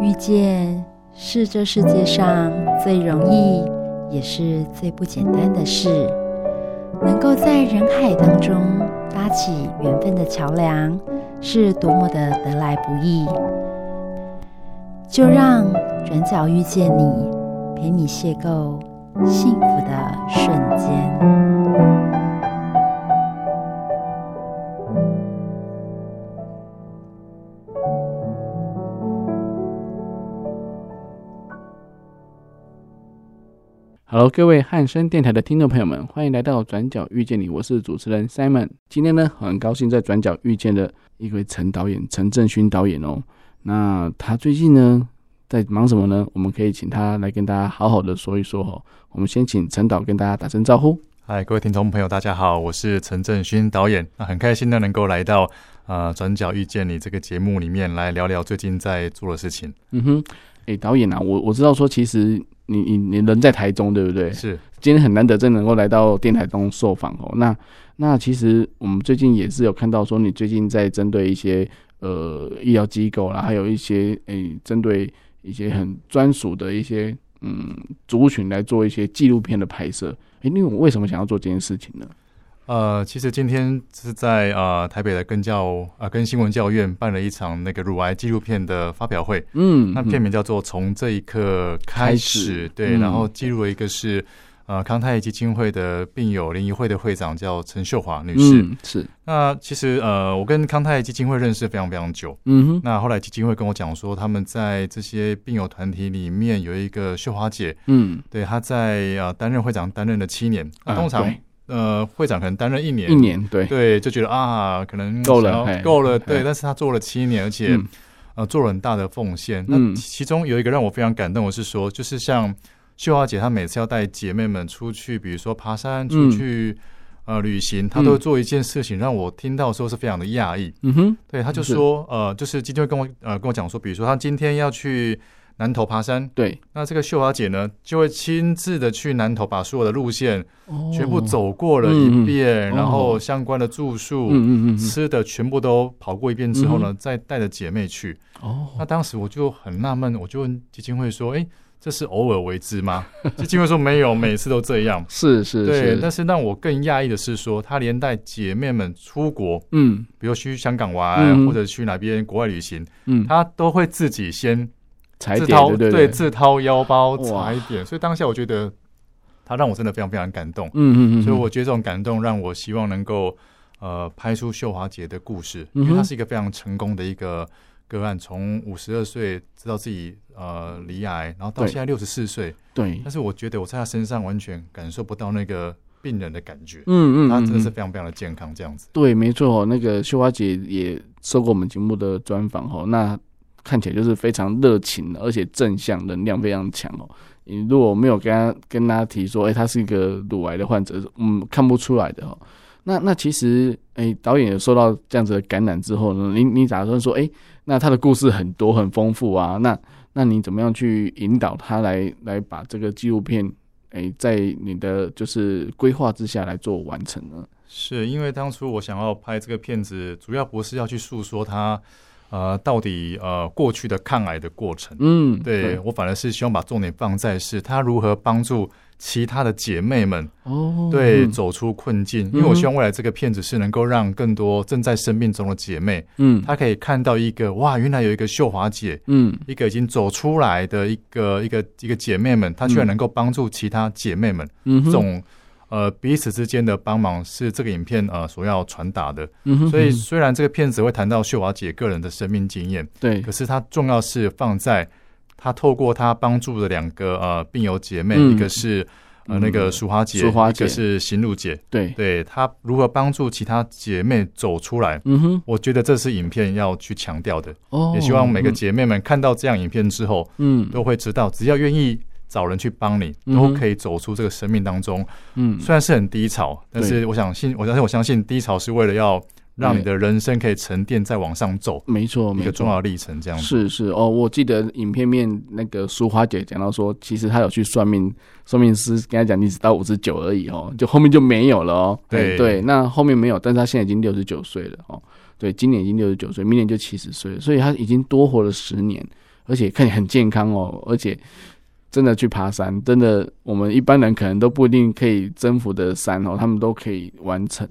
遇见是这世界上最容易，也是最不简单的事。能够在人海当中搭起缘分的桥梁，是多么的得来不易。就让转角遇见你，陪你邂逅幸福的瞬间。 Hello，各位汉声电台的听众朋友们，欢迎来到《转角遇见你》，我是主持人 Simon。今天呢，很高兴在《转角遇见》的一位陈导演，陈正勋导演哦。那他最近呢在忙什么呢？我们可以请他来跟大家好好的说一说哦。我们先请陈导跟大家打声招呼。嗨，各位听众朋友，大家好，我是陈正勋导演。那很开心呢，能够来到呃《转角遇见你》这个节目里面来聊聊最近在做的事情。嗯哼，诶、导演啊，我我知道说，其实你你你人在台中，对不对？是今天很难得真能够来到电台中受访哦。那那其实我们最近也是有看到说，你最近在针对一些呃医疗机构啦，还有一些诶针、对一些很专属的一些嗯族群来做一些纪录片的拍摄。诶、那我为什么想要做这件事情呢？呃，其实今天是在呃台北的跟教呃跟新闻教院办了一场那个乳癌纪录片的发表会。嗯，那片名叫做《从这一刻开开始始》，对，嗯然后记录了一个是呃康泰基金会的病友联谊会的会长叫陈秀华女士。嗯是那其实呃，我跟康泰基金会认识非常非常久。嗯 哼那后来基金会跟我讲说，他们在这些病友团体里面有一个秀华姐，嗯对，她在呃担任会长担任了七年，那啊通常、对呃会长可能担任一年，一年对对，就觉得啊，可能够了想要嘿够了，嘿对。但是他做了七年，而且、嗯呃做了很大的奉献。嗯那其中有一个让我非常感动的是说，就是像秀华姐，她每次要带姐妹们出去，比如说爬山、嗯出去、呃旅行，她都会做一件事情，让我听到的时候是非常的讶异。嗯哼对，她就是说，呃，就是今天会跟我呃跟我讲说，比如说她今天要去。南投爬山，对那这个秀华姐呢，就会亲自的去南投，把所有的路线哦全部走过了嗯嗯一遍，哦然后相关的住宿、嗯嗯嗯嗯吃的全部都跑过一遍之后呢，再带着姐妹去。哦那当时我就很纳闷，我就问基金会说：“哎、这是偶尔为之吗？”基金会说：“没有，每次都这样。是” 是对，但是是让我更讶异的是说，他连带姐妹们出国，嗯比如去香嗯港玩，嗯或者去哪边国外旅行，嗯他都会自己先踩自点掏对对对自掏腰包哇查一点。所以当下我觉得，他让我真的非常非常感动。嗯嗯嗯，所以我觉得这种感动让我希望能够呃拍出秀华姐的故事，嗯哼因为她是一个非常成功的一个个案，从五十二岁知道自己呃罹癌，然后到对现在六十四岁，对，但是我觉得我在她身上完全感受不到那个病人的感觉，嗯嗯，她真的嗯是嗯非常非常的健康这样子。对，没错、哦。那个秀花姐也受过我们节目的专访哦，那看起来就是非常热情，而且正向能量非常强哦。你如果没有跟她跟她提说，哎、她是一个乳癌的患者，嗯，看不出来的哦。那那其实，哎、导演也受到这样子的感染之后呢，你你打算说，哎、那他的故事很多很丰富啊，那那你怎么样去引导他来来把这个纪录片，哎、在你的就是规划之下来做完成呢？是因为当初我想要拍这个片子，主要不是要去诉说她呃到底呃过去的抗癌的过程。嗯，对我反而是希望把重点放在是她如何帮助其他的姐妹们哦，对，嗯走出困境。因为我希望未来这个片子是能够让更多正在生病中的姐妹，嗯，她可以看到一个哇，原来有一个秀华姐，嗯一个已经走出来的一个一个一个姐妹们，她居然能够帮助其他姐妹们，嗯哼，这种呃彼此之间的帮忙是这个影片呃所要传达的。嗯哼，所以嗯哼虽然这个片子会谈到秀华姐个人的生命经验，对可，是它重要是放在她透过她帮助的两个呃病友姐妹，嗯一个是。嗯呃，那个淑华姐，淑华姐一个是邢露姐，对，对她如何帮助其他姐妹走出来，嗯哼，我觉得这是影片要去强调的。哦，也希望每个嗯姐妹们看到这样影片之后，嗯都会知道，只要愿意找人去帮你，嗯哼都可以走出这个生命当中。嗯虽然是很低潮，但对是我相信，我相信，我相信低潮是为了要让你的人生可以沉淀，再往上走没错，一没个错，重要的历程。这样子是是哦，我记得影片面那个淑华姐讲到说，其实她有去算命，算命师跟她讲你只到五十九而已哦，就后面就没有了哦。对哎对，那后面没有，但是她现在已经六十九岁了哦，对，今年已经六十九岁，明年就七十岁了，所以她已经多活了十年。而且看起来很健康哦，而且真的去爬山，真的我们一般人可能都不一定可以征服的山哦，他们都可以完成。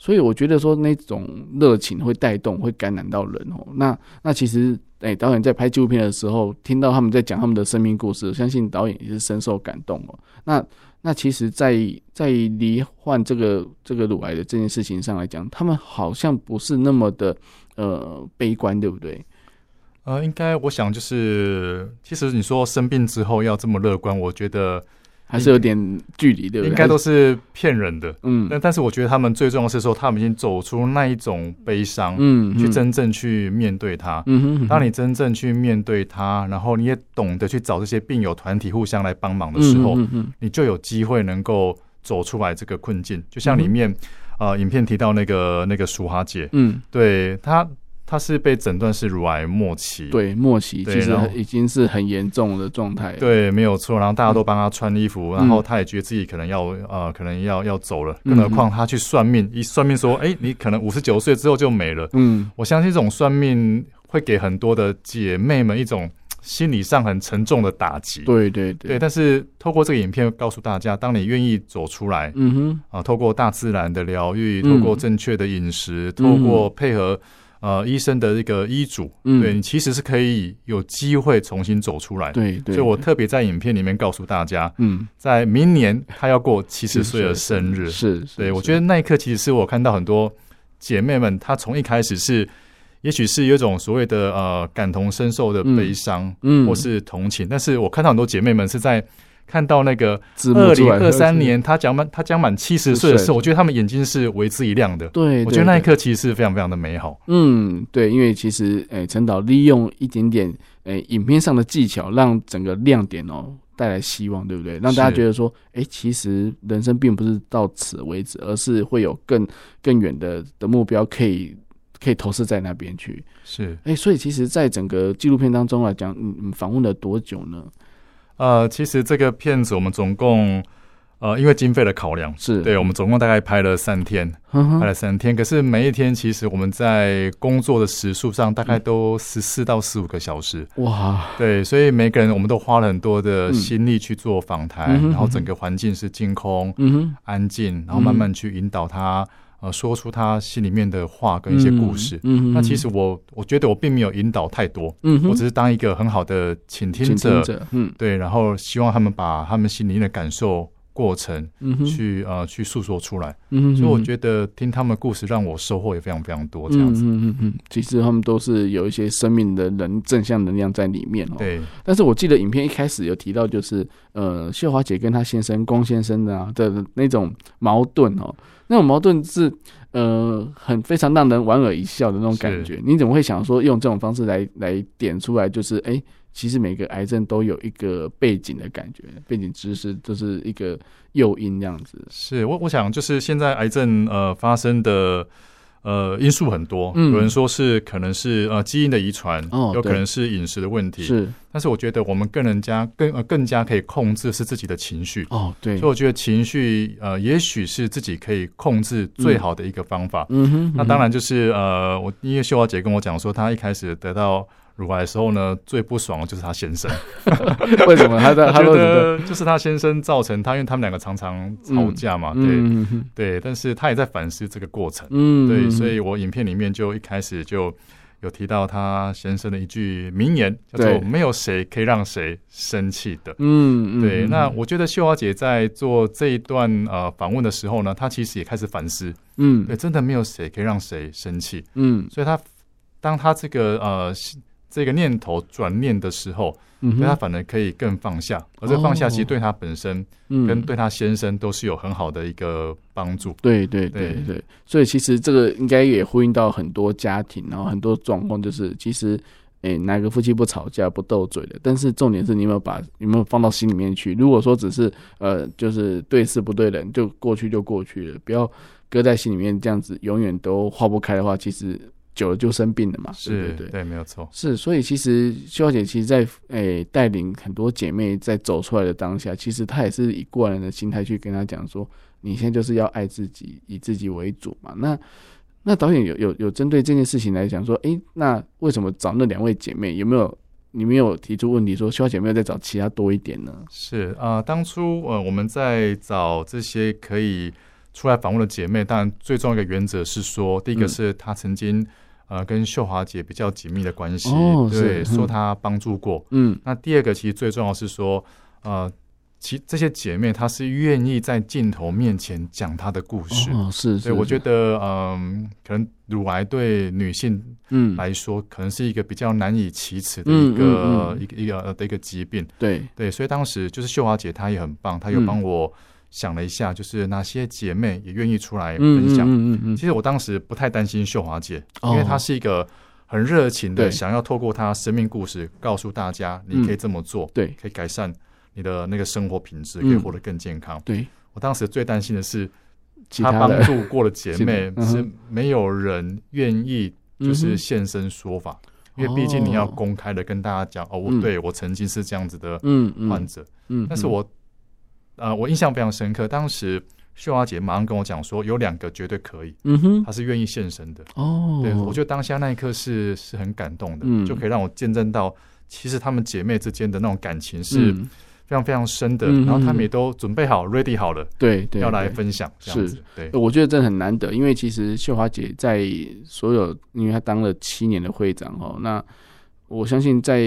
所以我觉得说那种热情会带动，会感染到人哦。那那其实，哎、导演在拍纪录片的时候，听到他们在讲他们的生命故事，相信导演也是深受感动哦。那那其实在，在罹患这个这个乳癌的这件事情上来讲，他们好像不是那么的呃悲观，对不对？呃，应该我想就是，其实你说生病之后要这么乐观，我觉得还是有点距离，对不对？嗯应该都是骗人的。嗯但但是我觉得他们最重要的是说，他们已经走出那一种悲伤，嗯去真正去面对它。嗯哼嗯哼当你真正去面对它，然后你也懂得去找这些病友团体互相来帮忙的时候，嗯嗯你就有机会能够走出来这个困境。就像里嗯哼面、呃，影片提到那个那个舒哈姐，嗯对她，她是被诊断是乳癌末期，嗯，对，末期对其实然后已经是很严重的状态了。对，没有错。然后大家都帮她穿衣服，然后嗯她也觉得自己可能要呃，可能要要走了。嗯更何况她去算命，一算命说，哎、你可能五十九岁之后就没了。嗯，我相信这种算命会给很多的姐妹们一种心理上很沉重的打击。对对对，，但是透过这个影片告诉大家，当你愿意走出来，嗯哼，啊，透过大自然的疗愈，嗯透过正确的饮食，嗯透过配合呃医生的这个医嘱，嗯对你其实是可以有机会重新走出来。对对，所以我特别在影片里面告诉大家，嗯，在明年她要过七十岁的生日，是，是对我是觉得那一刻其实是我看到很多姐妹们，她从一开始是。也许是有一种所谓的呃感同身受的悲伤，嗯或是同情，但是我看到很多姐妹们是在看到那个字幕二出零来二三，年他讲满他将满七十岁的时候，我觉得他们眼睛是为之一亮的。对，我对觉得那一，对刻其实是非常非常的美好。嗯，对，因为其实，诶、陈导利用一点点，诶、影片上的技巧，让整个亮点哦带来希望，对不对？让大家是觉得说，诶、其实人生并不是到此为止，而是会有更更远的的目标可以可以投射在那边去。是，诶、所以其实，在整个纪录片当中来啊讲，你你访问了多久呢？呃，其实这个片子我们总共，呃，因为经费的考量，是，对我哦们总共大概拍了三天，嗯哼，拍了三天。可是每一天其实我们在工作的时数上大嗯概都十四到十五个小时，哇，对，所以每个人我们都花了很多的嗯心力去做访谈，嗯哼然后嗯哼整个环境是净空，嗯哼，安静，然后慢嗯慢去引导他，呃，说出他心里面的话跟一些故事。嗯，嗯哼那其实，我我觉得我并没有引导太多，嗯哼，我只是当一个很好的倾听倾听者，者，嗯对，然后希望他们把他们心里面的感受、过程嗯哼，去、呃去诉说出来。嗯哼，所以嗯我哼觉得听他们的故事，让我收获也非常非常多。这样嗯子，嗯嗯嗯，其实他们都是有一些生命的能正向能量在里面哦。。对，但是我记得影片一开始有提到，就是呃，秀华姐跟她先生光先生的啊的那种矛盾哦，那种矛盾是呃很非常让人莞尔一笑的那种感觉。你怎么会想说用这种方式来来点出来？就是哎、诶其实每个癌症都有一个背景的感觉，背景知识就是一个诱因这样子。是我我想就是现在癌症呃发生的。呃，因素很多，嗯有人说是可能是呃基因的遗传，哦有可对能是饮食的问题，是但是我觉得我们更人家更呃更加可以控制是自己的情绪，哦，对所以，我觉得情绪呃也许是自己可以控制最好的一个方法。嗯哼，那嗯哼当然就是呃，我因为秀华姐跟我讲说，她一开始得到乳癌的时候呢，最不爽的就是她先 生，为什么他在 她他觉说什么？得就是她先生造成她，因为他们两个常常吵架嘛，对嗯哼对，但是她也在反思这个过程，嗯，对，所以我影片里面就一开始就。有提到她先生的一句名言，叫对做“没有谁可以让谁生气的”。嗯，嗯，对，嗯那我觉得秀华姐在做这一段呃访问的时候呢，她其实也开始反思，嗯对，真的没有谁可以让谁生气，嗯所以她当她这个呃这个念头转念的时候，嗯哼，那她反而可以更放下，而这个放下哦其实对她本身嗯跟对她先生都是有很好的一个帮助。对对对对对，所以其实这个应该也呼应到很多家庭，然后很多状况就是其实。诶，哪个夫妻不吵架、不斗嘴的？但是重点是你有没有把有没有放到心里面去？如果说只是呃，就是对事不对人，就过去就过去了，不要搁在心里面，这样子永远都化不开的话，其实久了就生病了嘛。对是对对，没有错。是，所以其实秀华姐其实在，诶带领很多姐妹在走出来的当下，其实她也是以过来人的心态去跟她讲说，你现在就是要爱自己，以自己为主嘛。那那导演有有有针对这件事情来讲说，诶，那为什么找那两位姐妹有没有？你没有提出问题说，秀华姐没有再找其他多一点呢？是啊、呃当初呃我们在找这些可以出来访问的姐妹，当然最重要的一个原则是说，第一个嗯是她曾经呃跟秀华姐比较紧密的关系，哦对，是嗯说她帮助过。嗯那第二个其实最重要是说，呃，其这些姐妹她是愿意在镜头面前讲她的故事。哦是，所以我觉得得，嗯，可能乳癌对女性嗯来说，可能是一个比较难以启齿的嗯一个、嗯嗯一个一个呃的一个疾病。对对，所以当时就是秀华姐她也很棒，她有嗯帮我想了一下，就是哪些姐妹也愿意出来嗯分享。嗯嗯嗯嗯其实我当时不太担心秀华姐，哦因为她是一个很热情的，对嗯想要透过她生命故事告诉大家，你可以这么做，对可以改善你的那个生活品质，嗯可以活得更健康。对，我当时最担心的是，其她他帮的助过的姐妹 是的嗯哼是没有人愿意就嗯是哼哦现身说法，因为毕竟你要公开的跟大家讲，哦，我嗯对我曾经是这样子的嗯嗯患者。嗯，但是嗯我呃，我印象非常深刻，当时秀华姐马上跟我讲说，有两个绝对可以，嗯哼她是愿意现身的。哦，对，我觉得当下那一刻是是很感动的，嗯就可以让我见证到，其实她们姐妹之间的那种感情是嗯非常非常深的。嗯然后她嗯们也都准备好、ready 好了，对对要来对分享这样是哦子。对，我觉得这很难得，因为其实秀华姐在所有，因为她当了七年的会长哦，那我相信在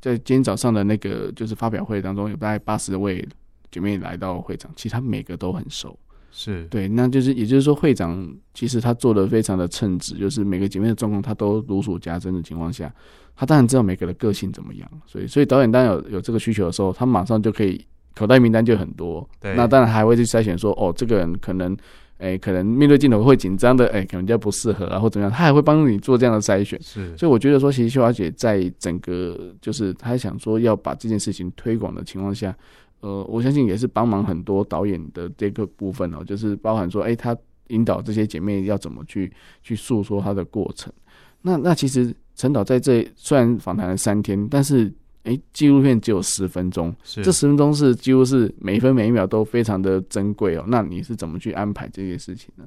在今天早上的那个就是发表会当中，有大概八十位姐妹来到会场，其实她每个都很熟。是对，那就是也就是说，会长其实她做的非常的称职，就是每个姐妹的状况她都如数家珍的情况下，她当然知道每个的个性怎么样，所以所以导演当然有有这个需求的时候，他马上就可以口袋名单就很多，对那当然还会去筛选说，哦，这个人可能，哎、可能面对镜头会紧张的，哎、可能比较不适合啊，或怎么样，他还会帮你做这样的筛选。是所以我觉得说，其实秀华姐在整个就是她想说要把这件事情推广的情况下，呃，我相信也是帮忙很多导演的这个部分哦，就是包含说，哎、她引导这些姐妹要怎么去去诉说她的过程。那那其实陈导在这虽然访谈了三天，但是哎，诶纪录片只有十分钟，是这十分钟是几乎是每一分每一秒都非常的珍贵哦。那你是怎么去安排这件事情呢？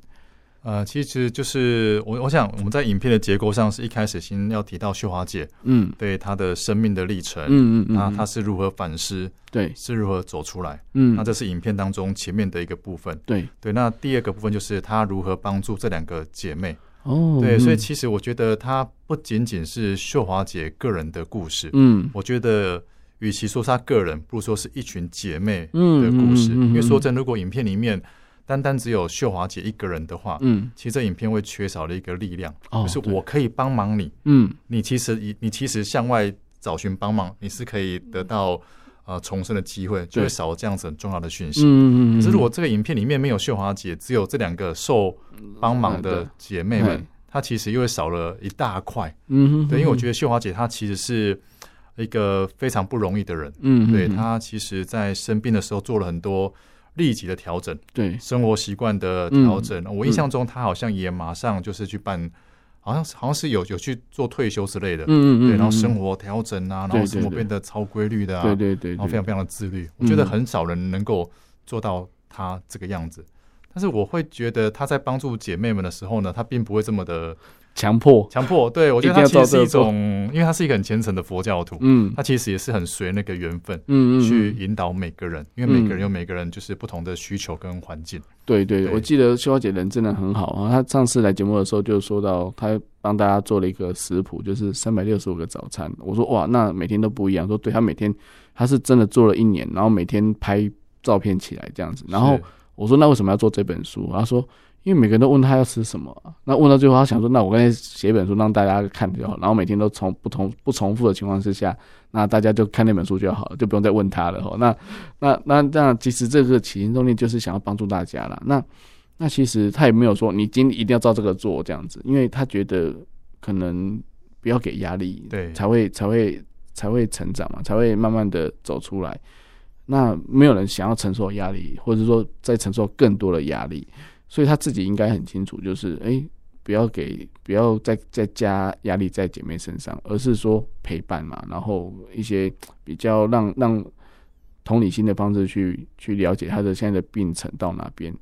呃，其实就是我我想我们在影片的结构上是一开始先要提到秀华姐嗯对她的生命的历程，嗯嗯嗯，那她是如何反思，对，是如何走出来，嗯那这是影片当中前面的一个部分。对对，那第二个部分就是她如何帮助这两个姐妹。哦，对，所以嗯其实我觉得它不仅仅是秀华姐个人的故事，嗯我觉得与其说是她个人，不如说是一群姐妹嗯的故事。嗯嗯嗯嗯因为说真的，如果影片里面单单只有秀华姐一个人的话，嗯其实这影片会缺少了一个力量，哦，就是对我可以帮忙你，嗯你其实你你其实向外找寻帮忙，你是可以得嗯到呃重生的机会，就会少了这样子很重要的讯息。嗯嗯，可是如果这个影片里面没有秀华姐，只有这两个受帮忙的姐妹嗯们，她其实又会少了一大块。嗯对，因为我觉得得秀华姐她其实是一个非常不容易的人，嗯对她其实在生病的时候做了很多立即的调整，对生活习惯的调整。嗯我印象中她好像也马上就是去办，好像好像是有有去做退休之类的，嗯嗯对，然后生活调整啊，然对后对生活对变得超规律的啊，对对对嗯然后非常非常的自律。我觉得很少人能够做到他这个样子。但是我会觉得他在帮助姐妹们的时候呢，他并不会这 么的强迫强迫。对我觉得一定他要其实照是着一做种，因为他是一个很虔诚的佛教徒，嗯他其实也是很随那个缘分嗯嗯去引导每个人，因为每嗯个人有每个人就是不同的需求跟环境。对对，对我记得秀华姐人真的很好啊。她上次来节目的时候就说到，她帮大家做了一个食谱，就是三百六十五个早餐。我说哇，那每天都不一样。说对，她每天她是真的做了一年，然后每天拍照片起来这样子。然后是我说那为什么要做这本书？他说因为每个人都问他要吃什么啊、那问到最后他想说，那我刚才写一本书让大家看就好，然后每天都重不同不重复的情况之下，那大家就看那本书就好了，就不用再问他了哦。那那那那其实这个起心动念就是想要帮助大家啦。那那其实他也没有说你今天一定要照这个做这样子，因为他觉得可能不要给压力，对才会才会才会成长嘛，才会慢慢的走出来。那没有人想要承受压力，或者说再承受更多的压力，所以他自己应该很清楚，就是哎、诶不要给不要再再加压力在姐妹身上，而是说陪伴嘛，然后一些比较让让同理心的方式去去了解她的现在的病程到哪边。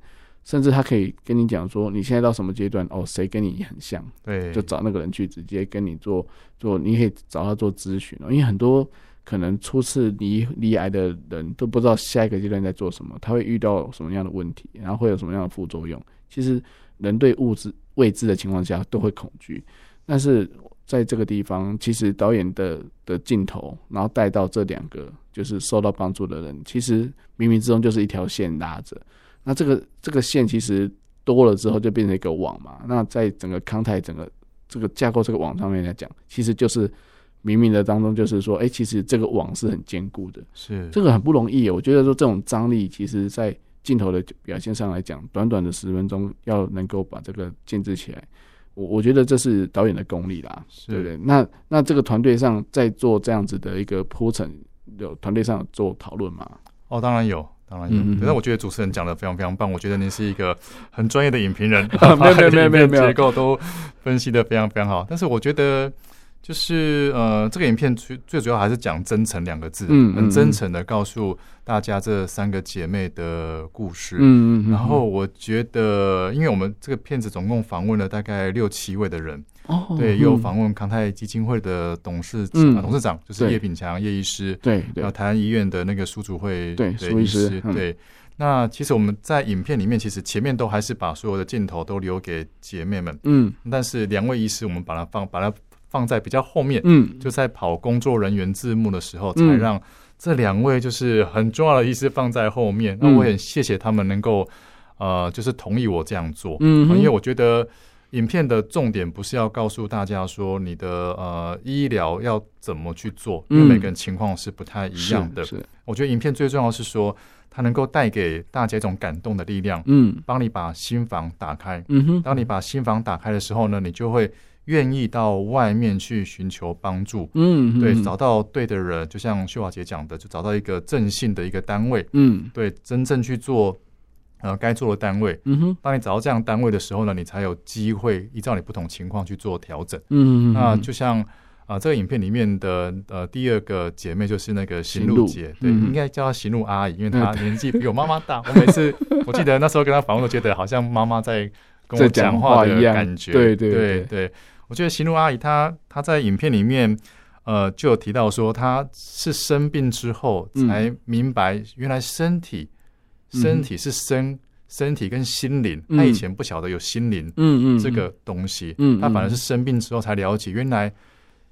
甚至他可以跟你讲说你现在到什么阶段，哦，谁跟你很像，对，就找那个人去直接跟你做做，你可以找他做咨询哦，因为很多可能初次离离癌的人都不知道下一个阶段在做什么，他会遇到什么样的问题，然后会有什么样的副作用。其实人对物质未知的情况下都会恐惧，但是在这个地方，其实导演的的镜头，然后带到这两个就是受到帮助的人，其实冥冥之中就是一条线拉着。那这个这个线其实多了之后就变成一个网嘛。那在整个康泰整个这个架构这个网上面来讲，其实就是冥冥的当中就是嗯说，哎、其实这个网是很坚固的，是这个很不容易耶。我觉得说这种张力，其实在镜头的表现上来讲，短短的十分钟要能够把这个建制起来，我我觉得这是导演的功力啦，是对不对？那那这个团队上在做这样子的一个铺陈，有团队上有做讨论吗？哦，当然有。当然嗯嗯嗯有，但我觉得主持人讲的非常非常棒，我觉得您是一个很专业的影 评人， 没有没有没有没有没有把影片结构都分析的非常非常好。但是我觉得就是呃，这个影片最最主要还是讲真诚两个字，嗯嗯很嗯真诚的告诉大家这三个姐妹的故事。嗯嗯嗯然后我觉得，因为我们这个片子总共访问了大概六七位的人，哦对，嗯有访问康泰基金会的董事长、嗯啊董事长就是对叶炳强叶医师，对还对有，台湾医院的那个苏主会对的苏医医师师，嗯对。那其实我们在影片里面，其实前面都还是把所有的镜头都留给姐妹们，嗯但是两位医师我们把它放把它放在比较后面，嗯，就在跑工作人员字幕的时候，嗯才让这两位就是很重要的医师放在后面。那嗯我也很谢谢他们能够呃，就是同意我这样做，嗯哼啊因为我觉得。影片的重点不是要告诉大家说你的呃医疗要怎么去做，因为嗯每个人情况是不太一样的。是是我觉得影片最重要是说，它能够带给大家一种感动的力量，嗯帮你把心房打开。嗯哼，当你把心房打开的时候呢，你就会愿意到外面去寻求帮助。嗯对，嗯找到对的人，就像秀华姐讲的，就找到一个正信的一个单位，嗯对，真正去做呃该做的单位。嗯哼当你找到这样的单位的时候呢，你才有机会依照你不同情况去做调整。嗯，那嗯就像啊、呃这个影片里面的呃第二个姐妹就是那个行行路路姐，对，嗯应该叫她行路阿姨，因为她年纪比我妈妈大。我每次我记得那时候跟她访问，我觉得好像妈妈在跟在我讲讲话的一样感觉。对对对对我觉得行路阿姨她她在影片里面。呃，就有提到说，她是生病之后嗯才明白，原来身体、嗯身体是身，身体跟心灵。嗯她以前不晓得有心灵，嗯嗯这个东西，嗯嗯他反而是生病之后才了解，原来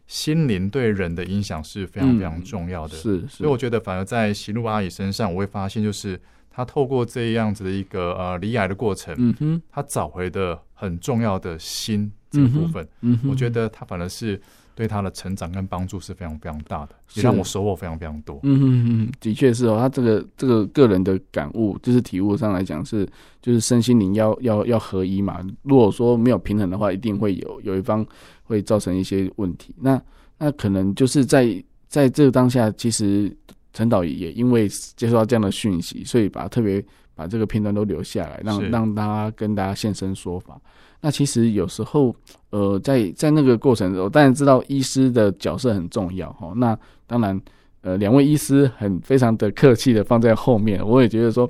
心灵对人的影响是非常非常重要的。嗯是，所以我觉得，反而在喜露阿姨身上，我会发现，就是她透过这样子的一个呃离癌的过程，嗯哼她找回的很重要的心这个部分，嗯哼，我觉得她反而是对她的成长跟帮助是非常非常大的，是也让我收获非常非常多。嗯哼嗯哼，的确是哦，他这个这个个人的感悟，就是体悟上来讲是，就是身心灵要要要合一嘛。如果说没有平衡的话，一定会有有一方会造成一些问题。那那可能就是在在这个当下，其实陈导也因为接受到这样的讯息，所以把特别把这个片段都留下来，让是让他跟大家现身说法。那其实有时候，呃，在在那个过程中，我当然知道医师的角色很重要哈。那当然，呃，两位医师很非常的客气的放在后面，我也觉得说，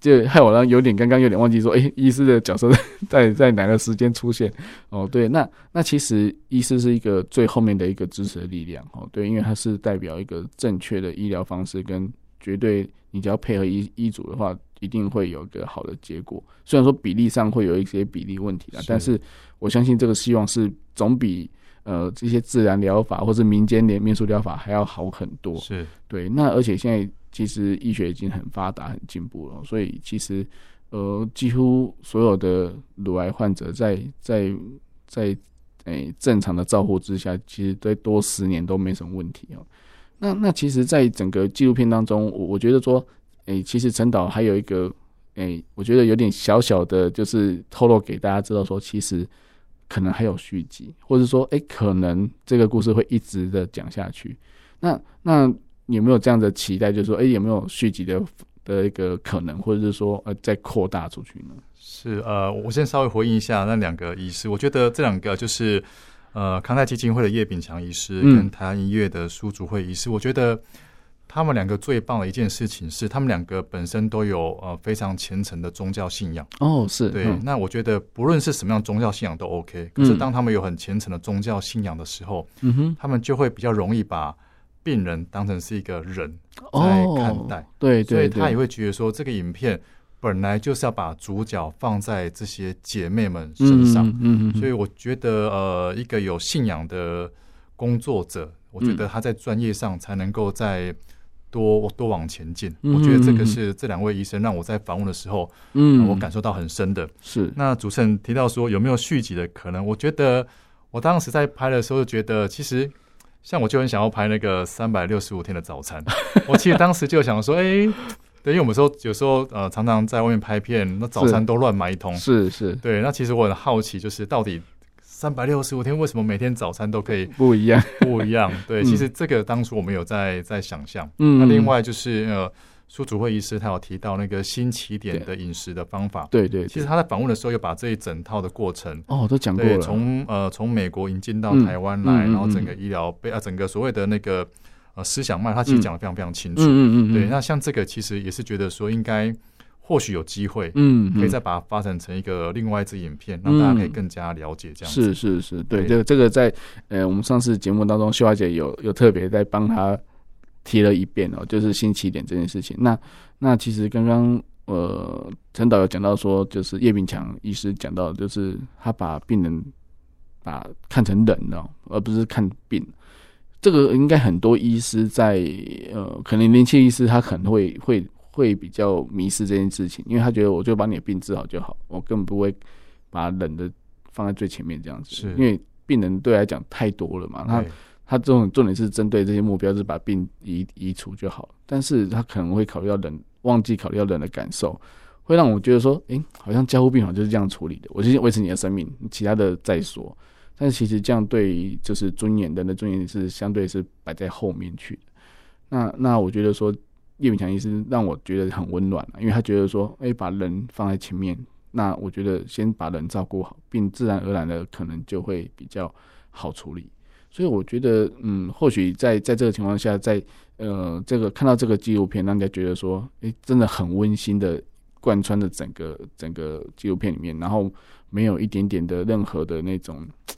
就害我让有点刚刚有点忘记说，诶、医师的角色在 在哪个时间出现？哦，对，那那其实医师是一个最后面的一个支持的力量哦，对，因为它是代表一个正确的医疗方式跟绝对，你只要配合医医嘱的话，一定会有一个好的结果。虽然说比例上会有一些比例问题啦，是但是我相信这个希望是总比呃这些自然疗法或是民间连民俗疗法还要好很多。是对，那而且现在其实医学已经很发达、很进步了，所以其实呃，几乎所有的乳癌患者在在在诶、正常的照护之下，其实再多十年都没什么问题哦。那那其实，在整个纪录片当中，我我觉得说，诶、其实陈导还有一个，诶、我觉得有点小小的，就是透露给大家知道说，其实可能还有续集，或者说，诶、可能这个故事会一直的讲下去。那那有没有这样的期待？就是说，哎诶、有没有续集的的一个可能，或者是说，呃，再扩大出去呢？是呃，我先稍微回应一下那两个医师，我觉得这两个就是呃康泰基金会的叶炳强医师嗯跟台湾音乐的苏竹慧医师，我觉得他们两个最棒的一件事情是，他们两个本身都有呃非常虔诚的宗教信仰。哦，是对，嗯那我觉得不论是什么样的宗教信仰都 OK。可是当他们有很虔诚的宗教信仰的时候，嗯哼，他们就会比较容易把病人当成是一个人在哦，看待，对所对以他也对，会觉得说，这个影片本来就是要把主角放在这些姐妹们身上。嗯嗯嗯，所以我觉得，呃，一个有信仰的工作者，我觉得他在专业上才能够再多多往前进。嗯我觉得这嗯嗯个是这两位医生让我在访问的时候，嗯，我感受到很深的。是那主持人提到说有没有续集的可能？我觉得我当时在拍的时候就觉得，其实像我就很想要拍那个三百六十五天的早餐。我其实当时就想说，哎、对，因为我们说有时候呃常常在外面拍片，那早餐都乱买一通。是是对，那其实我很好奇，就是到底三百六十五天为什么每天早餐都可以不一样，不一 样？对，嗯其实这个当初我们有在在想象。嗯，那另外就是呃，苏祖慧医师他有提到那个新起点的饮食的方法。嗯对对，其实他在访问的时候，有把这一整套的过程，哦都讲过对，了，从呃从美国引进到嗯台湾来，嗯嗯然后整嗯个医疗被啊整个所谓的那个呃思想脉，他其实嗯讲的非常非常清嗯楚。嗯嗯，对，那像这个其实也是觉得说，应该或许有机会，嗯可以再把它发展成一个另外一支影片，让大家可以更加了解这样子。哎是是是，对，对这个这个在呃，我们上次节目当中，秀华姐有有特别在帮她提了一遍哦，就是新起点这件事情。那那其实刚刚呃，陈导有讲到说，就是叶炳强医师讲到，就是他把病人把看成人了、哦，而不是看病。这个应该很多医师在呃，可能年轻医师他可能会会会比较迷失这件事情，因为他觉得我就把你的病治好就好，我根本不会把人的放在最前面这样子，是因为病人对他来讲太多了嘛，他对他这种重点是针对这些目标，就是把病移移除就好，但是他可能会考虑到人，忘记考虑到人的感受，会让我觉得说，诶、好像加护病房就是这样处理的，我就先维持你的生命，其他的再说。但是其实这样对于就是尊严人的尊严是相对是摆在后面去的。那那我觉得说叶炳强医师让我觉得很温暖、啊、因为他觉得说，诶、把人放在前面，那我觉得先把人照顾好，并自然而然的可能就会比较好处理。所以我觉得，嗯，或许在在这个情况下，在呃这个看到这个纪录片，让大家觉得说，诶、真的很温馨的贯穿着整个整个纪录片里面，然后没有一点点的任何的那种嘖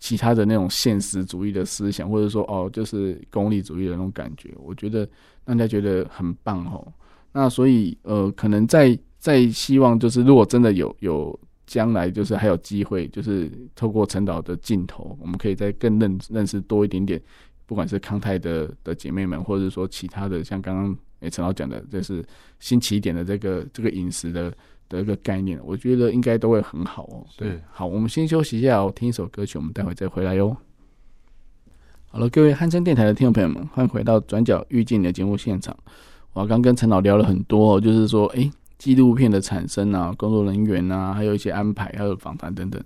其他的那种现实主义的思想，或者说哦，就是功利主义的那种感觉，我觉得让大家觉得很棒哦。那所以呃，可能在在希望就是，如果真的有有将来就是还有机会，就是透过陈导的镜头，我们可以再更认认识多一点点，不管是康泰的的姐妹们，或者说其他的，像刚刚诶陈导讲的，就是新起点的这个这个饮食的的一个概念，我觉得应该都会很好哦。对对，好，我们先休息一下哦，听一首歌曲，我们待会再回来哟。好了，各位汉声电台的听众朋友们，欢迎回到《转角遇见》你的节目现场。我刚跟陈导聊了很多、哦，就是说，诶。纪录片的产生啊，工作人员啊，还有一些安排，还有访谈等等。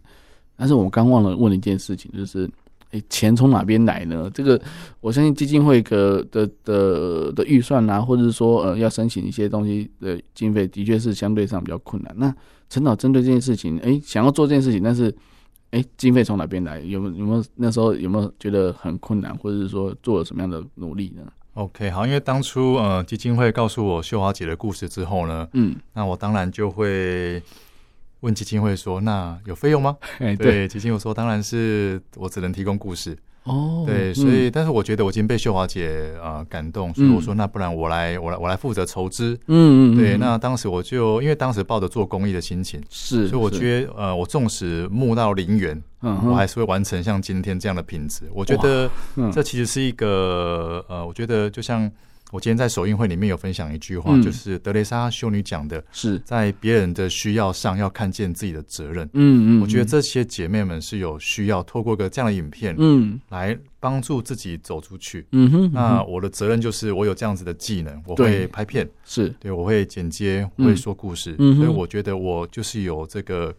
但是我刚忘了问一件事情，就是，诶、钱从哪边来呢？这个我相信基金会的的的的预算啊，或者是说呃要申请一些东西的经费，的确是相对上比较困难。那陈导针对这件事情，诶、想要做这件事情，但是，诶、经费从哪边来？有没有有没有那时候有没有觉得很困难，或者是说做了什么样的努力呢？ OK，好，因为当初呃基金会告诉我秀华姐的故事之后呢，嗯，那我当然就会问基金会说，那有费用吗？哎、 对，对，基金会说，当然是我只能提供故事。哦，对，嗯所以、但是我觉得我已经被秀华姐呃感动，所以嗯我说那不然我来我来我来负责筹资。嗯嗯，嗯对，嗯那当时我就因为当时抱着做公益的心情，是，所以我是，觉得呃我纵使募到零元，嗯哼，我还是会完成像今天这样的品质。我觉得嗯这其实是一个呃，我觉得就像我今天在首映会里面有分享一句话，嗯就是德蕾莎修女讲的，是，在别人的需要上要看见自己的责任。嗯嗯，我觉得嗯这些姐妹们是有需要透过个这样的影片嗯来帮助自己走出去。嗯哼，那嗯哼我的责任就是我有这样子的技能，我对会拍片，是对我会剪接，嗯我会说故事，嗯哼所以我觉得我就是有这个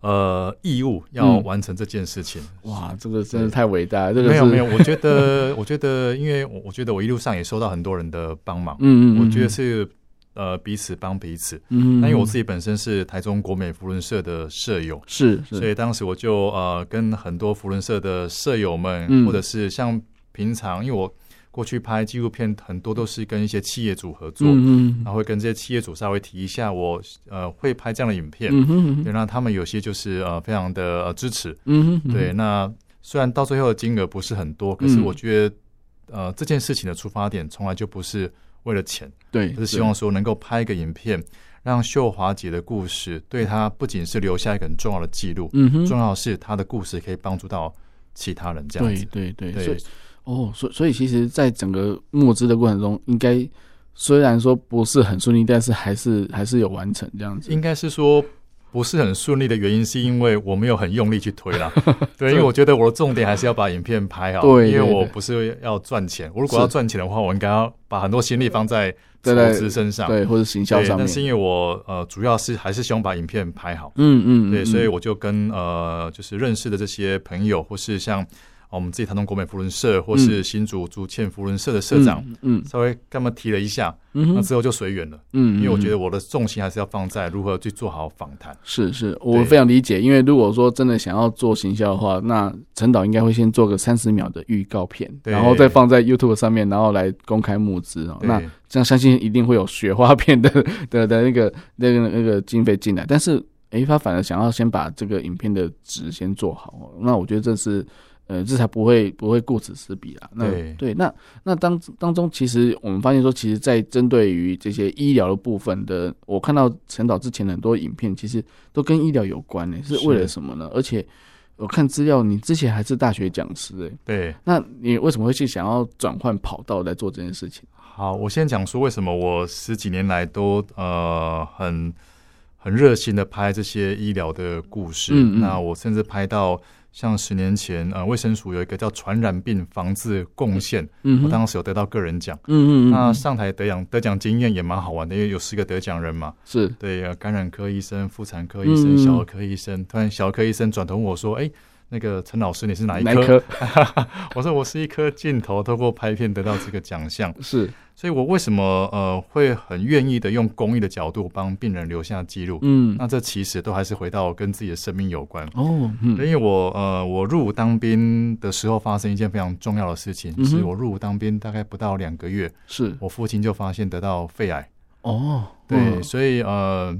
呃义务要嗯完成这件 事情。哇，这个真的太伟大了，这个没有是没有，，我觉得， 我觉得，因为我我觉得我一路上也收到很多人的帮忙，嗯嗯，我觉得嗯，是呃彼此帮彼此。嗯，那因为我自己己本身是台中国美福伦社的舍友，是是，所以当时我就呃跟很多福伦社的舍友们，嗯或者是像平常，因为我过去拍纪录片，很多都是跟一些企业主合作，嗯嗯然后会跟这些企业主稍微提一下我呃会拍这样的影片，嗯哼对，那他们有些就是呃非常的、呃、支持，嗯哼，对，那虽然到最后的金额不是很多，可是嗯我觉得呃这件事情的出发点从来就不是为了钱，对，就是希望说能够拍一个影片，让秀华姐的故事对她不仅是留下一个很重要的记录，嗯哼，重要的是她的故事可以帮助到其他人这样对子。对对，所对以，哦，所以所以其实，在整个募资的过程中，应该虽然说不是很顺利，但是还是还是有完成这样子。应该是说。不是很顺利的原因，是因为我没有很用力去推 啦。对，因为我觉得我的重点还是要把影片拍好。对对因为我对不是要赚钱。我如是果要赚钱的话，我应该要把很多心力放在对投对资身上。对，或者行销对，上面但，是因为我呃，主要是还是希望把影片拍好，嗯嗯，对，嗯所以我就跟呃，就是认识的这些朋友，或是像呃我们自己台东国美福伦社，或是新竹竹堑福伦社的社长，，嗯稍微跟他们提了一下，嗯那哼之后就随缘了，嗯，因为我觉得。得我的重心还是要放在如何去做好访谈。是是，我对非常理解，因为如果说真的想要做行销的话，那陈导应该会先做个三十秒的预告片，对然后再放在 YouTube 上面，然后来公开募资哦。对那这样相信一定会有雪花片的 的的那个那个那个经费进来，但是诶，他反而想要先把这个影片的值先做好哦，那我觉得这是。呃，这才不会不会顾此失彼啦。那对那那当当中，其实我们发现说，其实，在针对于这些医疗的部分的，我看到陈导之前的很多影片，其实都跟医疗有关呢、是是为了什么呢？而且我看资料，你之前还是大学讲师诶、对，那你为什么会去想要转换跑道来做这件事情？好，我先讲说为什么我十几年来都呃很很热心的拍这些医疗的故事。嗯嗯那我甚至拍到像十年前呃卫生署有一个叫传染病防治贡献，嗯哼，我当时有得到个人奖。嗯嗯嗯，那嗯上台得奖得奖经验也蛮好玩的，因为有四个得奖人嘛，是对，呃感染科医生、妇产科医嗯生、小儿科医生。突然小儿科医生转头问我说：“哎、那个陈老师，你是哪一哪一科？”科？ 我说：“我是一颗镜头，透过拍片得到这个奖项。”是，所以我为什么呃会很愿意的用公益的角度帮病人留下记录？嗯，那这其实都还是回到跟自己的生命有关。哦，嗯因，为我呃我入伍当兵的时候发生一件非常重要的事情，嗯哼是我入伍当兵大概不到两个月，是，我父亲就发现得到肺癌。哦，对，嗯所以呃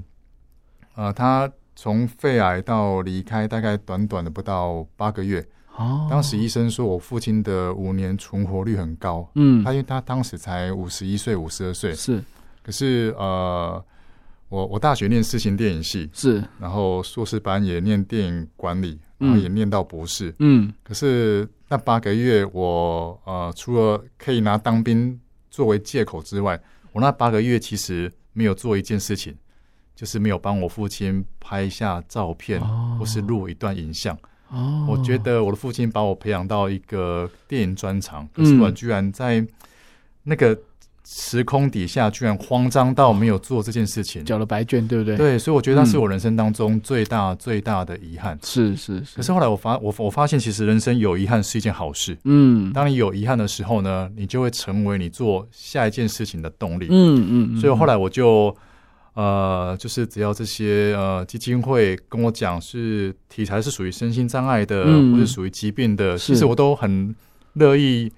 呃他。从肺癌到离开，大概短短的不到八个月。哦，当时医生说我父亲的五年存活率很高，嗯他，因为他当时才五十一岁、五十二岁，是可是呃，我我大学念视新电影系，是，然后硕士班也念电影管理，然后嗯也念到博士。嗯，可是那八个月我，呃除了可以拿当兵作为借口之外，我那八个月其实没有做一件事情，就是没有帮我父亲拍下照片，哦或是录一段影像。哦，我觉得我的父亲把我培养到一个电影专长，可是我嗯居然在那个时空底下，居然慌张到没有做这件事情。缴了白卷，对不对？，对，所以我觉得那是嗯我人生当中最大最大的遗憾。是是是，可是后来我发我我发现，其实人生有遗憾是一件好事。嗯，当你有遗憾的时候呢，你就会成为你做下一件事情的动力。嗯嗯，所以后来，来我就呃，就是只要这些呃基金会跟我讲是题材是属于身心障碍的，嗯或是属于疾病的，是其实我都很乐意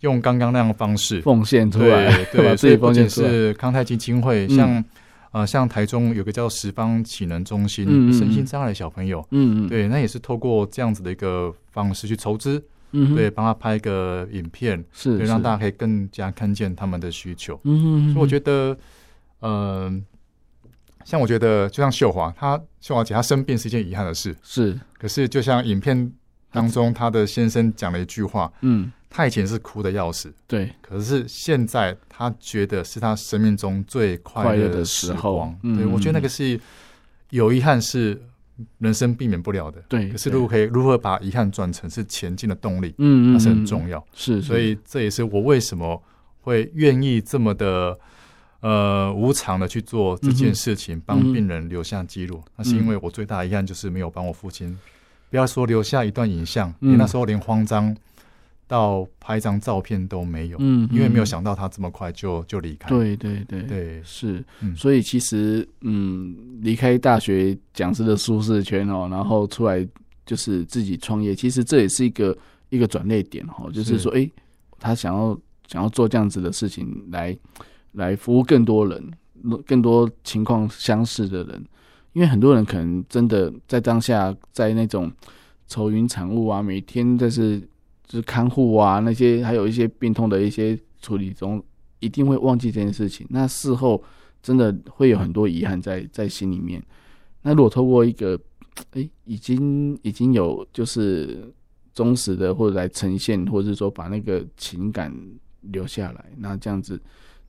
用刚刚那样的方式。奉献出来，把对自对，所以己不奉仅献出来，是康泰基金会，嗯像呃像台中有个叫十方启能中心，嗯嗯嗯身心障碍的小朋友，嗯嗯，，对，那也是透过这样子的一个方式去筹资，嗯哼对，，帮他拍一个影片，是，对，让是大家，可以更加看见他们的需求。嗯，所以我觉得，得，嗯、像我觉得，就像秀华，她秀华姐她生病是一件遗憾的事。是，可是，就像影片当中，她的先生讲了一句话，嗯，她以前是哭的要死，对，可是现在她觉得是她生命中最快乐的时光。快乐的时候对嗯我觉得那个是有遗憾是人生避免不了的。对可是对如果可以如何把遗憾转成是前进的动力，嗯嗯，那是很嗯重，要。是，所以这也是我为什么会愿意这么的呃无偿的去做这件事情，嗯帮病人留下记录。那是因为我最大的遗憾就是没有帮我父亲，不要说留下一段影像，嗯连那时候连慌张到拍张照片都没有，嗯，因为没有嗯，想到他这么快就就离开。对对对。对是，嗯所以其实，嗯，离开大学讲师的舒适圈哦，然后出来就是自己创业，其实这也是一个一个转捩点哦，就是是说，诶，他想要想要做这样子的事情来来服务更多人，更多情况相似的人，因为很多人可能真的在当下在那种愁云惨雾啊，每天但是就是看护啊那些，还有一些病痛的一些处理中，一定会忘记这件事情。那事后真的会有很多遗憾在在心里面。那如果透过一个，哎、欸，已经已经有就是忠实的或者来呈现，或者是说把那个情感留下来，那这样子，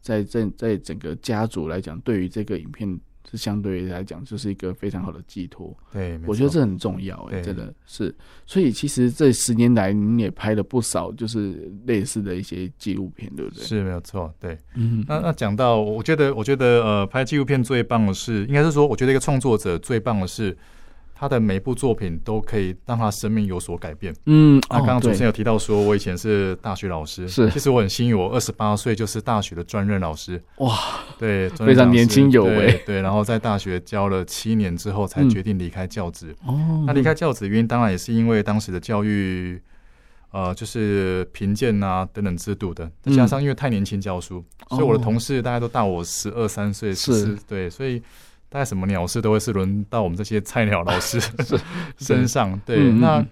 在在在整个家族来讲，对于这个影片是相对来讲就是一个非常好的寄托。对，我觉得这很重要、欸，哎，真的是。所以其实这十年来，您也拍了不少就是类似的一些纪录片，对不对？是没有错，对。嗯，那那讲到，我觉得，我觉得，呃，拍纪录片最棒的是，应该是说，我觉得一个创作者最棒的是。他的每部作品都可以让他生命有所改变。嗯，那刚刚主持人有提到说，我以前是大学老师，是，其实我很幸运，我二十八岁就是大学的专任老师。哇，对，非常年轻有为嗯對。对，然后在大学教了七年之后，才决定离开教职。哦、嗯，那离开教职原因当然也是因为当时的教育，呃，就是评鉴啊等等制度的，再加上因为太年轻教书，嗯、所以我的同事大概都大我十二三岁，是，对，所以。大概什么鸟事都会是轮到我们这些菜鸟老师身上。对，嗯、那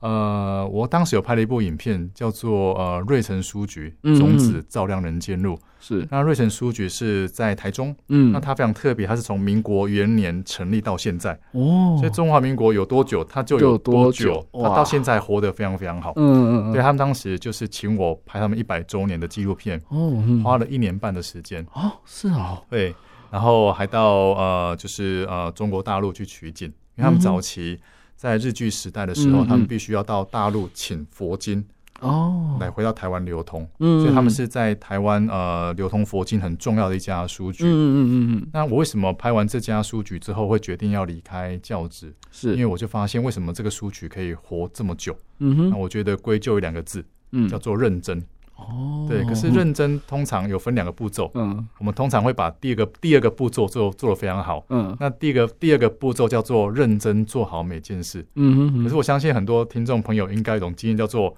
呃，我当时有拍了一部影片，叫做《呃瑞城书局种子照亮人间路》。是，那瑞城书局是在台中，嗯，那它非常特别，它是从民国元年成立到现在，哦，所以中华民国有多久，它就有多久，它到现在活得非常非常好。嗯嗯嗯，对他们啊当时就是请我拍他们一百周年的纪录片，哦，嗯、花了一年半的时间。哦，是哦，对。然后还到呃，就是呃，中国大陆去取景，因为他们早期在日据时代的时候，嗯嗯他们必须要到大陆请佛经哦，来回到台湾流通，嗯，所以他们是在台湾呃流通佛经很重要的一家书局。嗯嗯嗯嗯。那我为什么拍完这家书局之后会决定要离开教职？嗯是因为我就发现为什么这个书局可以活这么久？嗯哼，那我觉得归咎于两个字，嗯，叫做认真。哦，对，可是认真通常有分两个步骤，嗯我们通常会把第二个第二个步骤做做得非常好。嗯那第一个第二个步骤叫做认真做好每件事。嗯哼哼，可是我相信很多听众朋友应该有一种经验，叫做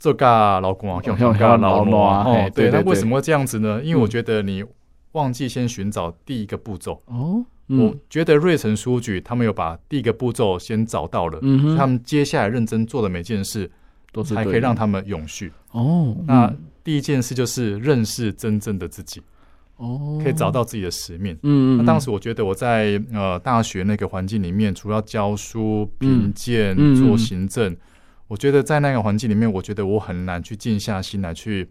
这嘎老公啊，用用用老奴啊嘿哦，对对，那对为对什么会这样子呢？因为我嗯觉得你忘记先寻找第一个步骤。哦，我嗯觉得瑞城书局他们有把第一个步骤先找到了，嗯所以哼，他们接下来认真做的每件事，都是才对可以的让他们永续。哦，那嗯第一件事就是认识真正的自己，哦可以找到自己的使命。嗯嗯，那当时时我觉得我在呃大学那个环境里面，除了教书、评鉴、嗯嗯做行政，我觉得在那个环境里面，我觉得我很难去静下心来去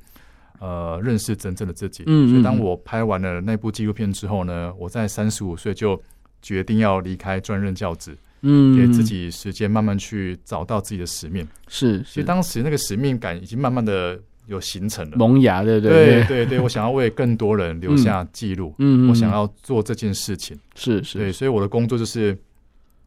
呃认识真正的自己。嗯嗯所以当嗯我拍完了那部纪录片之后呢，我在三十五岁就决定要离开专任教职，嗯给自己时间慢慢去找到自己的使命。是其实是当时那个使命感已经慢慢的有形成了。萌芽，对不对对？对对，我想要为更多人留下记录，嗯，嗯我想嗯要做这件事情。是对，是，所以我的工作就是，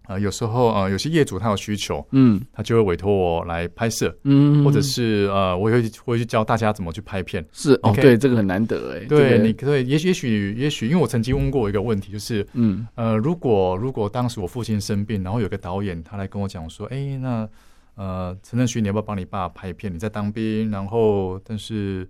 呃，有时候呃，有些业主他有需求，嗯他就会委托我来拍摄，嗯，或者是呃，我也会会去教大家怎么去拍片。是哦， OK 对，这个很难得哎，对，这个你对，也许也许也许，因为我曾经问过我一个问题，就是嗯呃，如果如果当时我父亲生病，然后有个导演他来跟我讲说，哎、那呃，陈振旭，你要不要帮你爸拍片？你在当兵，然后但是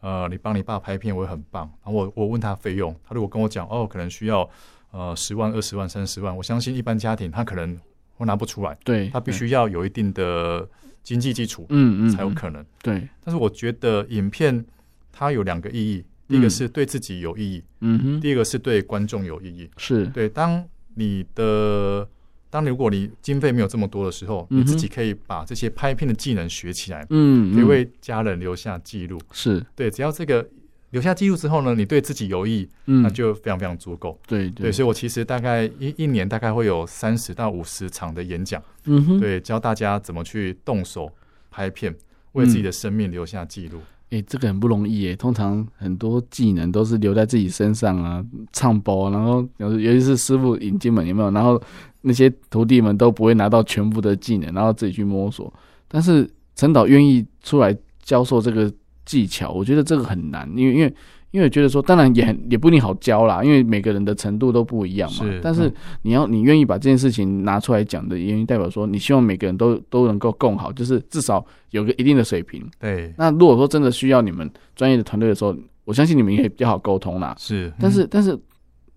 呃，你帮你爸拍片，我也很棒。然后我我问他费用，他如果跟我讲，哦，可能需要呃十万、二十万、三十万，我相信一般家庭他可能会拿不出来，对，他必对须要有一定的经济基础嗯嗯才有嗯可能。对，但是我觉得影片它有两个意义，第一个嗯是对自己有意义，嗯哼，第二个是对观众有意义。是对，当你的当如果你经费没有这么多的时候，嗯哼你自己可以把这些拍片的技能学起来，嗯，可以嗯为家人留下记录。是对，只要这个留下记录之后呢，你对自己有益，嗯，那就非常非常足够。对对，所以我其实大概一一年大概会有三十到五十场的演讲，嗯哼，对，教大家怎么去动手拍片，为嗯自己的生命留下记录。哎、这个很不容易哎。通常很多技能都是留在自己身上啊，唱播，然后尤尤其是师傅引进门有没有？然后那些徒弟们都不会拿到全部的技能，然后自己去摸索。但是陈导愿意出来教授这个技巧，我觉得这个很难，因为因为因为觉得说，当然也很也不一定好教啦，因为每个人的程度都不一样嘛。是但是嗯你要你愿意把这件事情拿出来讲的原因，代表说你希望每个人都都能够共好，就是至少有个一定的水平。对，那如果说真的需要你们专业的团队的时候，我相信你们也比较好沟通啦。是，但是、嗯但是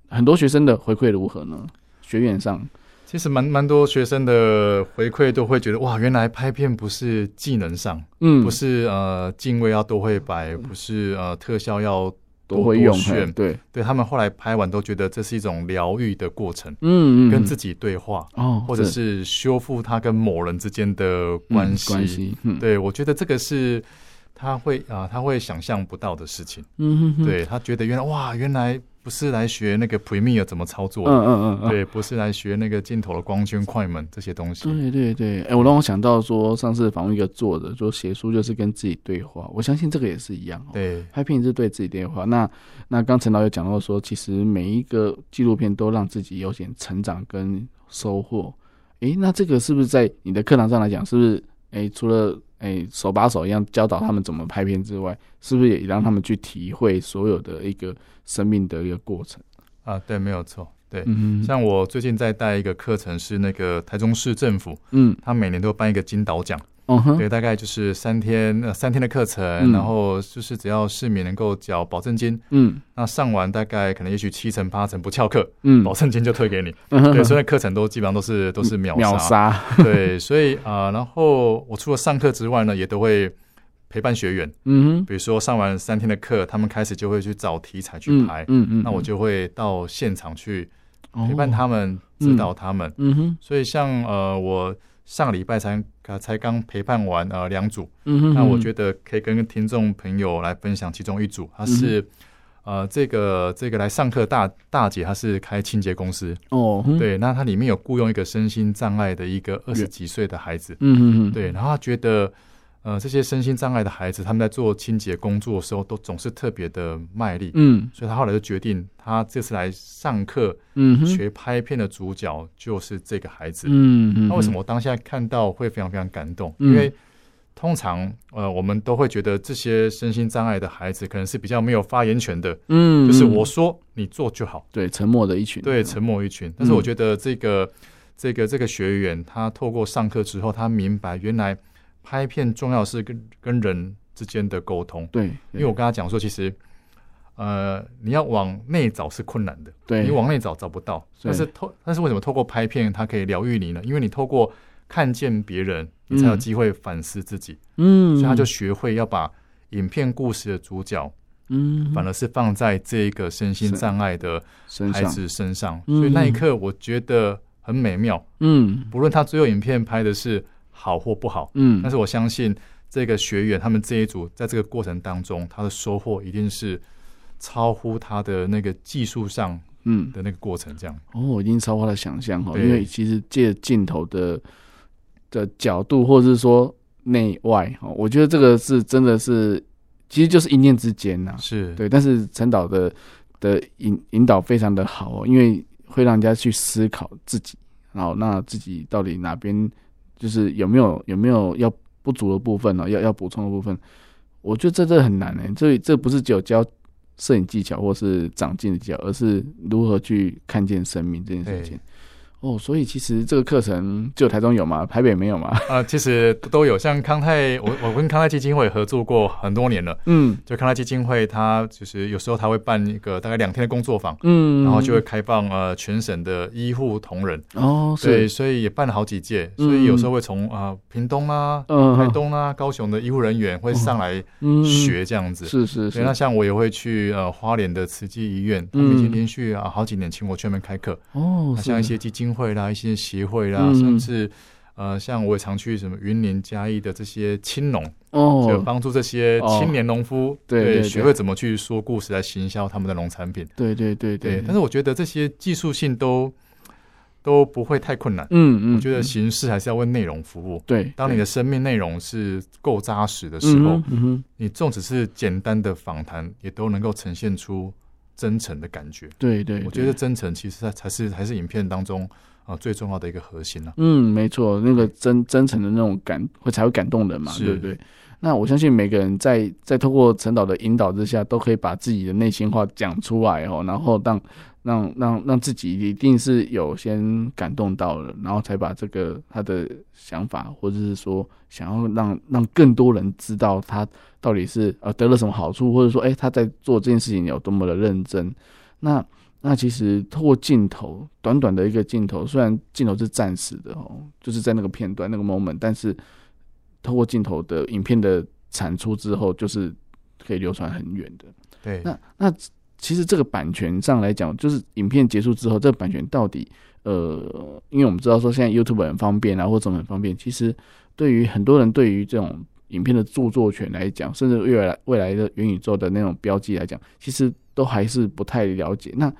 很多学生的回馈如何呢？学员上，其实蛮蛮多学生的回馈都会觉得，哇，原来拍片不是技能上，嗯，不是呃敬畏要多会摆，不是呃特效要多会用，嘿炫，对，对他们后来拍完都觉得这是一种疗愈的过程，嗯，嗯跟嗯自己对话，哦，或者这是修复他跟某人之间的嗯关系。关系，嗯，对我觉得这个是他会啊、他会想象不到的事情。嗯哼哼，对他觉得原来哇，原来不是来学那个 Premiere 怎么操作嗯的，嗯嗯嗯，对，不是来学那个镜头的光圈、快门这些东西。对对对，哎、我让我想到说，上次访问一个作者，说写书就是跟自己对话，我相信这个也是一样、哦。，对拍片也是对自己对话。那那刚陈导有讲到说，其实每一个纪录片都让自己有点成长跟收获。哎、那这个是不是在你的课堂上来讲，是不是？哎、除了哎、手把手一样教导他们怎么拍片之外，是不是也让他们去体会所有的一个生命的一个过程？啊，对，没有错。对，嗯哼像我最近在带一个课程，是那个台中市政府，嗯他每年都办一个金导奖，哦哼对，大概就是三天呃三天的课程，嗯然后就是只要市民能够缴保证金，嗯那上完大概可能也许七成八成不翘课，嗯保证金就退给你。 嗯哼哦对，所以课程都基本上都是都是 秒秒杀。杀，对，所以啊、呃然后我除了上课之外呢，也都会陪伴学员，嗯哼，比如说上完三天的课，他们开始就会去找题材去嗯拍，嗯嗯，那我嗯就会到现场去陪伴哦，他们，指导他们。嗯哼，所以像呃，我上礼拜才才刚陪伴完呃两组，嗯哼，那我觉得，得可以跟听众朋友来分享其中一组，她嗯是、呃这个这个来上课的大大姐，她是开清洁公司，哦，哼，对，那她里面有雇佣一个身心障碍的一个二十几岁的孩子，嗯哼嗯，对，然后她觉得。呃，这些身心障碍的孩子，他们在做清洁工作的时候，都总是特别的卖力，嗯所以她后来就决定，她这次来上课嗯哼，学拍片的主角就是这个孩子。嗯嗯，那为什么我当下看到会非常非常感动？嗯因为通常呃，我们都会觉得这些身心障碍的孩子可能是比较没有发言权的，嗯？嗯，嗯就是我说你做就好，对沉默的一群，对，沉默一群。嗯但是我觉得这个这个这个学员，他透过上课之后，他明白原来拍片重要的是跟跟人之间的沟通。对，因为我跟他讲说，其实呃，你要往内找是困难的。对你往内找找不到。对但是透，但是为什么透过拍片它可以疗愈你呢？因为你透过看见别人，你才有机会反思自己，嗯，所以他就学会要把影片故事的主角，嗯，反而是放在这个身心是障碍的身孩上，子身上。嗯所以那一刻，我觉得很美妙。嗯不论他最后影片拍的是好或不好，嗯，但是我相信这个学员他们这一组在这个过程当中，他的收获一定是超乎他的那个技术上嗯，的那个过程，这样。哦，我已经超乎他的想象哦，对因为其实借镜头的的角度，或者是说内外哦，我觉得这个是真的是，其实就是一念之间呐，是对，但是陈导的的引引导非常的好哦，因为会让人家去思考自己，然后那自己到底哪边就是有没有有没有要不足的部分呢、哦要要补充的部分，我觉得这这很难诶、这这不是只有教摄影技巧或是长进的技巧，而是如何去看见生命这件事情对。哦，所以其实这个课程只有台中有吗？台北没有吗？啊、其实都有，像康泰，我我跟康泰基金会合作过很多年了。嗯就康泰基金会，它就是有时候它会办一个大概两天的工作坊，嗯，然后就会开放呃全省的医护同仁，哦，对，是所以也办了好几届，嗯所以有时候会从啊屏东啦、嗯台东啦、高雄的医护人员会上来嗯学这样子。是是对，是，嗯那像我也会去呃花莲的慈济医院，他们已经连续啊好几年请我去那边开课。哦，那是啊像一些基金会啦、一些协会啦，嗯甚至呃，像我也常去什么云林嘉义的这些青农，就哦，帮助这些青年农夫、对对对学会怎么去说故事来行销他们的农产品。对对对对，但是是我觉得这些技术性都都不会太困难。嗯嗯，我觉得嗯形式还是要为内容服务。对，当你对的生命内容是够扎实的时候，嗯哼嗯哼你纵使是简单的访谈，也都能够呈现出真诚的感觉。对对，对我觉得真诚其实才才是还是影片当中啊、呃最重要的一个核心了、嗯，没错，那个真真诚的那种感会才会感动人嘛，是对不对？那我相信每个人在在透过陈导的引导之下，都可以把自己的内心话讲出来哦，然后让让让让自己一定是有先感动到了，然后才把这个他的想法，或者是说想要让让更多人知道他到底是呃得了什么好处，或者说哎、他在做这件事情有多么的认真。那那其实透过镜头，短短的一个镜头，虽然镜头是暂时的哦，就是在那个片段那个 moment，但是透过镜头的影片的产出之后，就是可以流传很远的。对，那那其实这个版权上来讲，就是影片结束之后，这个版权到底呃，因为我们知道说现在 YouTube 很方便啊，或者什么很方便，其实对于很多人对于这种影片的著作权来讲，甚至未来未来的元宇宙的那种标记来讲，其实都还是不太了解。那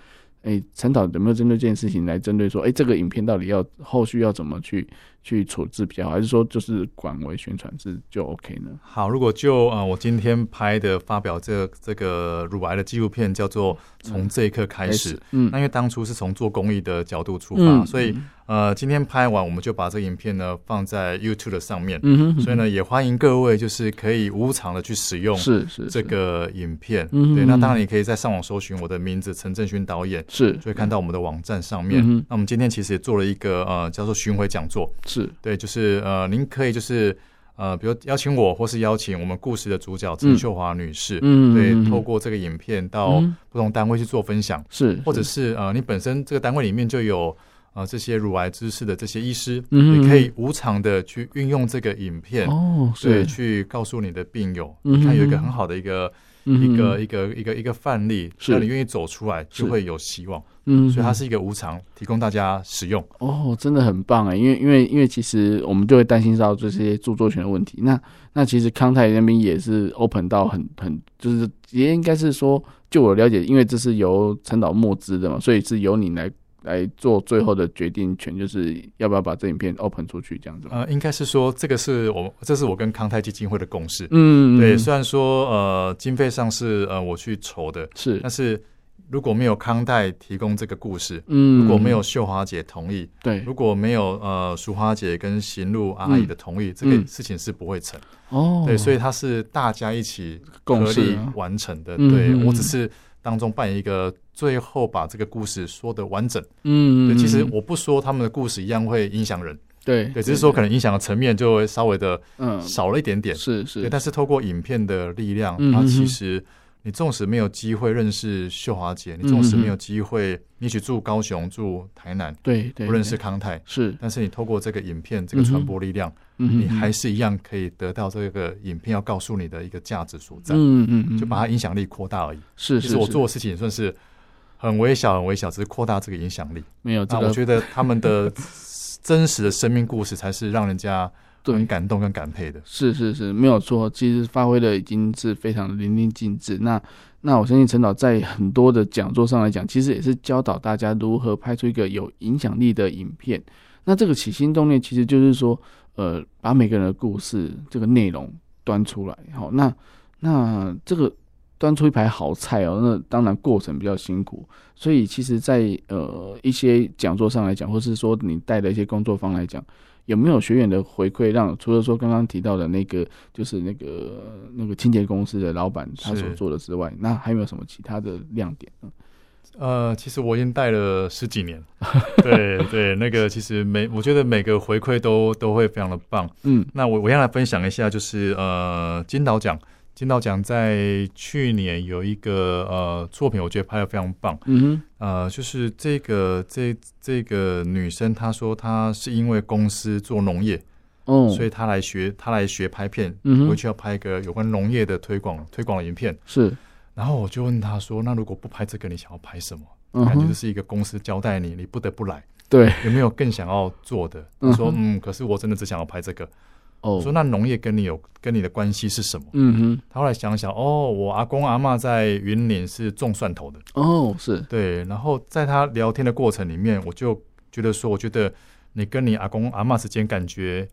诶，陈导有没有针对这件事情来针对说，诶，这个影片到底要后续要怎么去去处置比较好，还是说就是广为宣传是就 OK 呢？好，如果就呃，我今天拍的发表这这个乳癌的纪录片叫做《从这一刻开始》，嗯那因为当初是从做公益的角度出发，嗯，所以呃，今天拍完我们就把这个影片呢放在 YouTube 的上面，嗯哼，所以呢，也欢迎各位就是可以无偿的去使用是是这个影片。嗯对，嗯那当然你可以在上网搜寻我的名字陈正勋导演，是就会看到我们的网站上面。嗯哼那我们今天其实也做了一个呃叫做巡回讲座，是对，就是呃您可以就是呃比如邀请我，或是邀请我们故事的主角陈秀华女士，嗯嗯嗯对，嗯透过这个影片到嗯不同单位去做分享，是，或者是呃你本身这个单位里面就有。呃，这些乳癌知识的这些医师，嗯也可以无偿的去运用这个影片，哦，对，是去告诉你的病友，嗯哼嗯看有一个很好的一个一个一个一个一个范例，是只要你愿意走出来，是就会有希望。嗯，所以它是一个无偿，提供大家使用。哦，真的很棒哎，因为因为因为其实我们就会担心到这些著作权的问题。那那其实康泰那边也是 open 到很很，就是也应该是说，就我了解，因为这是由陈导募资的嘛，所以是由你来来做最后的决定权，就是要不要把这影片 open 出去这样子嘛。呃，应该是说这个是我这是我跟康泰基金会的共识。嗯，对，嗯虽然说呃经费上是呃我去筹的，是但，是如果没有康泰提供这个故事，嗯，如果没有秀华姐同意，对如果没有呃淑华姐跟行路阿姨的同意，这嗯个事情是不会成。哦，对，所以以它是大家一起共合识力啊完成的。嗯对嗯我嗯只是当中扮演一个最后把这个故事说的完整。嗯，对，嗯其实嗯我不说他们的故事一样会影响人，对对，只是说可能影响的层面就会稍微的嗯少了一点点。是是对，但是透过影片的力量，嗯它嗯其嗯实你纵使没有机会认识秀华姐，嗯你纵使嗯没有机会，你去住高雄、住台南，对对不认识对康泰。是，但是你透过这个影片，这个嗯传哼播力量，嗯你嗯还是一样可以得到这个影片要告诉你的一个价值所在，嗯嗯嗯，就把它影响力扩大而已。是其是实我是做的事情也算是很微小、很微小，只是扩大这个影响力。没有这那个我觉得他 们的真实的生命故事才是让人家对很感动跟感佩的。是是是，没有错。其实发挥的已经是非常淋漓尽致。那那我相信陈导在很多的讲座上来讲，其实也是教导大家如何拍出一个有影响力的影片。那这个起心动念，其实就是说，呃，把每个人的故事这个内容端出来。好，那那这个端出一盘好菜哦，那当然过程比较辛苦。所以其实在，呃一些讲座上来讲，或是说你带的一些工作坊来讲，有没有学员的回馈让除了说刚刚提到的那个，就是那个那个清洁公司的老板他是所做的之外，那还有没有什么其他的亮点呢？呃，其实我已经带了十几年， 对对，那个其实每我觉得每个回馈都都会非常的棒。嗯，那我我要来分享一下，就是呃金导奖，金导奖在去年有一个呃作品，我觉得拍的非常棒。嗯哼，呃，就是这个这这个女生，她说她是因为公司做农业，哦，所以她来学她来学拍片，嗯回哼，去要拍一个有关农业的推广推广的影片。是，然后我就问她说：“那如果不拍这个，你想要拍什么？”嗯感觉就哼，是一个公司交代你，你不得不来。对，有没有更想要做的？嗯哼她说：“嗯，可是我真的只想要拍这个。”我说：“哦，那农业跟你有跟你的关系是什么嗯？”她后来想想，哦，我阿公阿嬷在云林是种蒜头的。哼，哦，是，对，然后在他聊天的过程里面，我就觉得说，我觉得你跟你阿公阿嬷之间感觉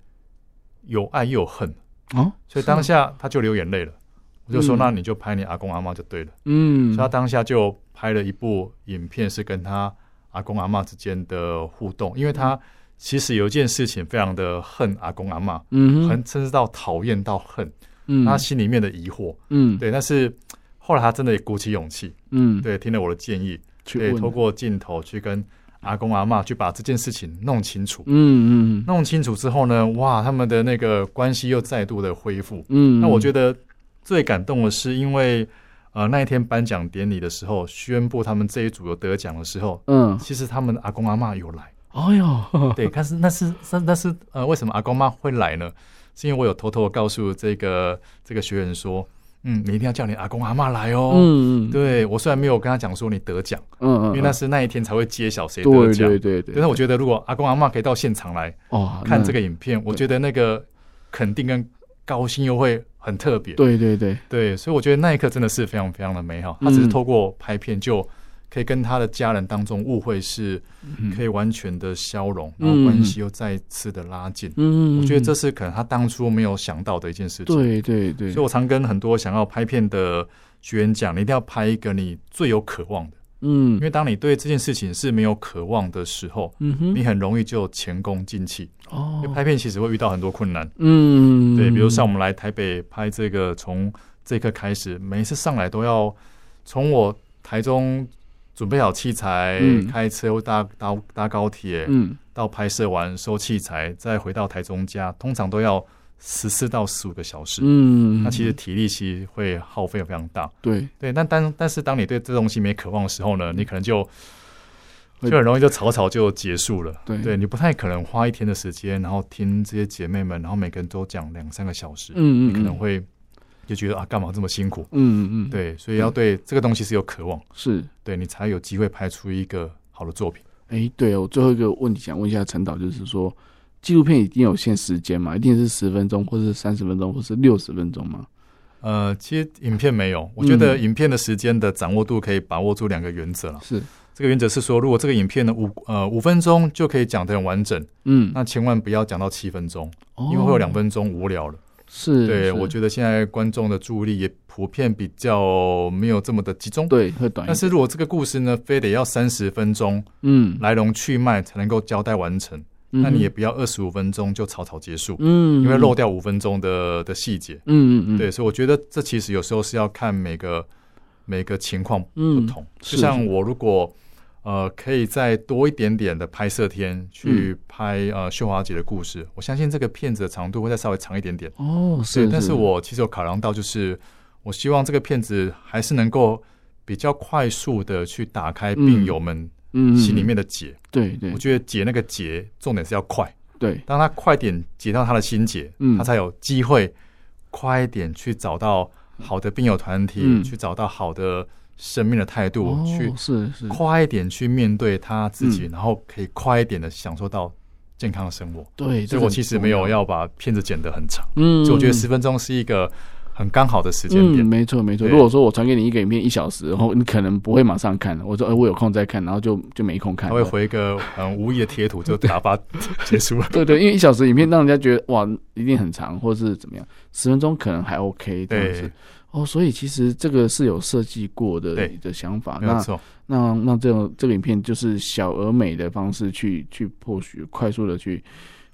有爱又有恨，哦，所以当下他就流眼泪了。我就说，嗯那你就拍你阿公阿嬷就对了。嗯所以，他当下就拍了一部影片，是跟他阿公阿嬷之间的互动，因为嗯他其实有一件事情非常的恨阿公阿嬷，嗯哼，很甚至到讨厌到恨，嗯，他心里面的疑惑，嗯，对，但是后来他真的也鼓起勇气，嗯，对，听了我的建议，去对，问透过镜头去跟阿公阿妈去把这件事情弄清楚。嗯嗯弄清楚之后呢，哇，他们的那个关系又再度的恢复。嗯，那我觉得得最感动的是，因为呃那一天颁奖典礼的时候，宣布他们这一组有得奖的时候，嗯，其实他们的阿公阿妈 有来。哎呦，对，但是那是但但是呃，为什么阿公妈会来呢？是因为我有偷偷地告诉这个这个学员说，嗯，你一定要叫你阿公阿妈来哦。嗯嗯，对我虽然没有跟他讲说你得奖，嗯嗯，因为那是那一天才会揭晓谁得对奖。对对对，但是我觉得如果阿公阿妈可以到现场来哦看这个，个影片，我觉得那个肯定跟高兴又会很特别。对对对，对，所以我觉得那一刻真的是非常非常的美好。他嗯只是透过拍片就可以跟他的家人当中误会是可以完全的消融，嗯然后关系又再次的拉近。嗯，我觉得这是可能他当初没有想到的一件事情。对对对，所以我常跟很多想要拍片的学员讲，你一定要拍一个你最有渴望的，嗯，因为当你对这件事情是没有渴望的时候，嗯哼，你很容易就前功尽弃。因为哦，拍片其实会遇到很多困难。嗯，对，比如像我们来台北拍这个，从这一刻开始，每一次上来都要从我台中准备好器材，嗯开车或搭搭搭高铁、嗯到拍摄完收器材，再回到台中家，通常都要十四到十五个小时。嗯，那其实体力其实会耗费非常大，对，对。但但但是当你对这东西没渴望的时候呢，你可能就会就很容易就草草就结束了。对对你不太可能花一天的时间，然后听这些姐妹们，然后每个人都讲两三个小时。嗯嗯，可能，会就觉得啊，干嘛这么辛苦？嗯嗯，，对，所以要对这个东西是有渴望，是。对你才有机会拍出一个好的作品。哎，对我最后一个问题想问一下陈导，就是说，纪录片一定有限时间嘛？一定是十分钟，或是三十分钟，或是六十分钟吗？呃，其实影片没有，我觉得嗯影片的时间的掌握度可以把握住两个原则了。是，这个原则哦是说，如果这个影片呢五呃五分钟就可以讲得很完整，嗯，那千万不要讲到七分钟，哦因为会有两分钟无聊了。是，对，是我觉得现在观众的注意力也普遍比较没有这么的集中。对会短一但点，是如果这个故事呢，非得要三十分钟嗯，来龙去脉才能够交代完成。嗯那哼你也不要二十五分钟就草草结束，嗯，因为漏掉五分钟的的细节。嗯，嗯嗯，对，，所以我觉得这其实有时候是要看每个每个情况不嗯，同。是就像我如果呃可以再多一点点的拍摄天嗯去拍、呃秀华姐的故事，我相信这个片子的长度会再稍微长一点点。哦，对，是，但是我其实有考量到，就是我希望这个片子还是能够比较快速的去打开病友们嗯心里，面的结。嗯对对我觉得解那个结，重点是要快。对，当他快点解到他的心结，嗯他才有机会快点去找到好的病友团体，嗯去找到好的生命的态度，哦去是是，快一点去面对他自己，嗯然后可以快一点的享受到健康的生活。对，所这个以我很其实重没有，要把片子剪得很长，嗯，所以我觉得嗯十分钟是一个很刚好的时间嗯，点。没错没错。对如果说我传给你一个影片一小时，然后你可能不会马上看，我说哎、我有空再看，然后就就没空看他了。会回一个很无意的贴图，就打发结束了。对对，因为一小时影片让人家觉得哇一定很长，或是怎么样，十分钟可能还 OK 这样对子。，哦，所以其实这个是有设计过的对你的想法。没有 那错。那那这种这个影片就是小而美的方式去去破许快速的去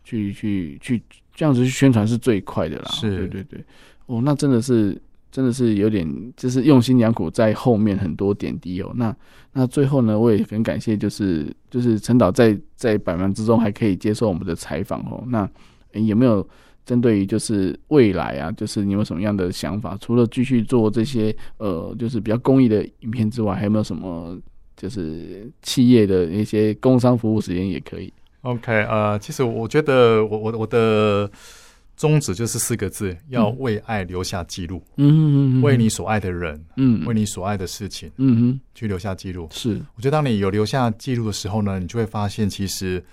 去去去这样子去宣传是最快的啦。是对对对，哦，那真的是真的是有点就是用心良苦在后面很多点滴哦。那那最后呢，我也很感谢就是就是陈导在在百忙之中还可以接受我们的采访哦。那诶有没有？针对于就是未来啊，就是你有什么样的想法？除了继续做这些呃，就是比较公益的影片之外，还有没有什么就是企业的一些工商服务时间也可以？ OK，呃，其实我觉得我我我的宗旨就是四个字：要嗯为爱留下记录，嗯为你所爱的人，嗯为你所爱的事情嗯哼，去留下记录。是我觉得当你有留下记录的时候呢，你就会发现，其实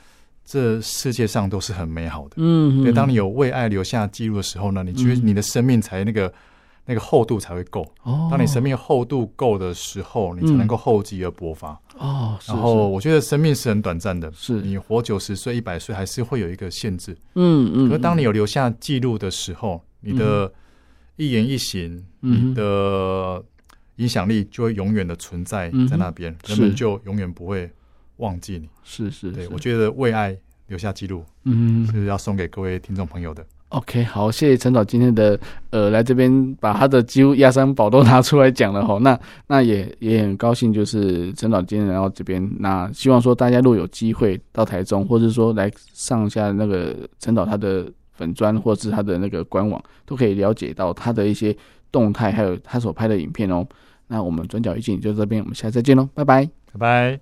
这世界上都是很美好的。嗯，对，当你有为爱留下记录的时候呢，你觉得嗯你的生命才那个那个厚度才会够。哦，当你生命厚度够的时候，你才能够厚积而薄发。哦，是然后我觉得生命是很短暂的，是你活九十岁、一百岁还是会有一个限制。嗯嗯，可是当你有留下记录的时候，你的一言一行，嗯你的影响力就会永远的存在嗯哼在那边，人是们就永远不会忘记你。是是，对我觉得为爱留下记录得嗯是要送给各位听众朋友的。 OK，好，谢谢陈导今天的呃来这边把他的几乎压箱宝都拿出来讲了哈。 那那也也很高兴，就是陈导今天来到这边，那希望说大家如果有机会到台中，或者说来上一下那个陈导他的粉砖或是他的那个官网，都可以了解到他的一些动态，还有他所拍的影片哦。那我们转角一进就到这边，我们下次再见喽，拜拜。拜拜。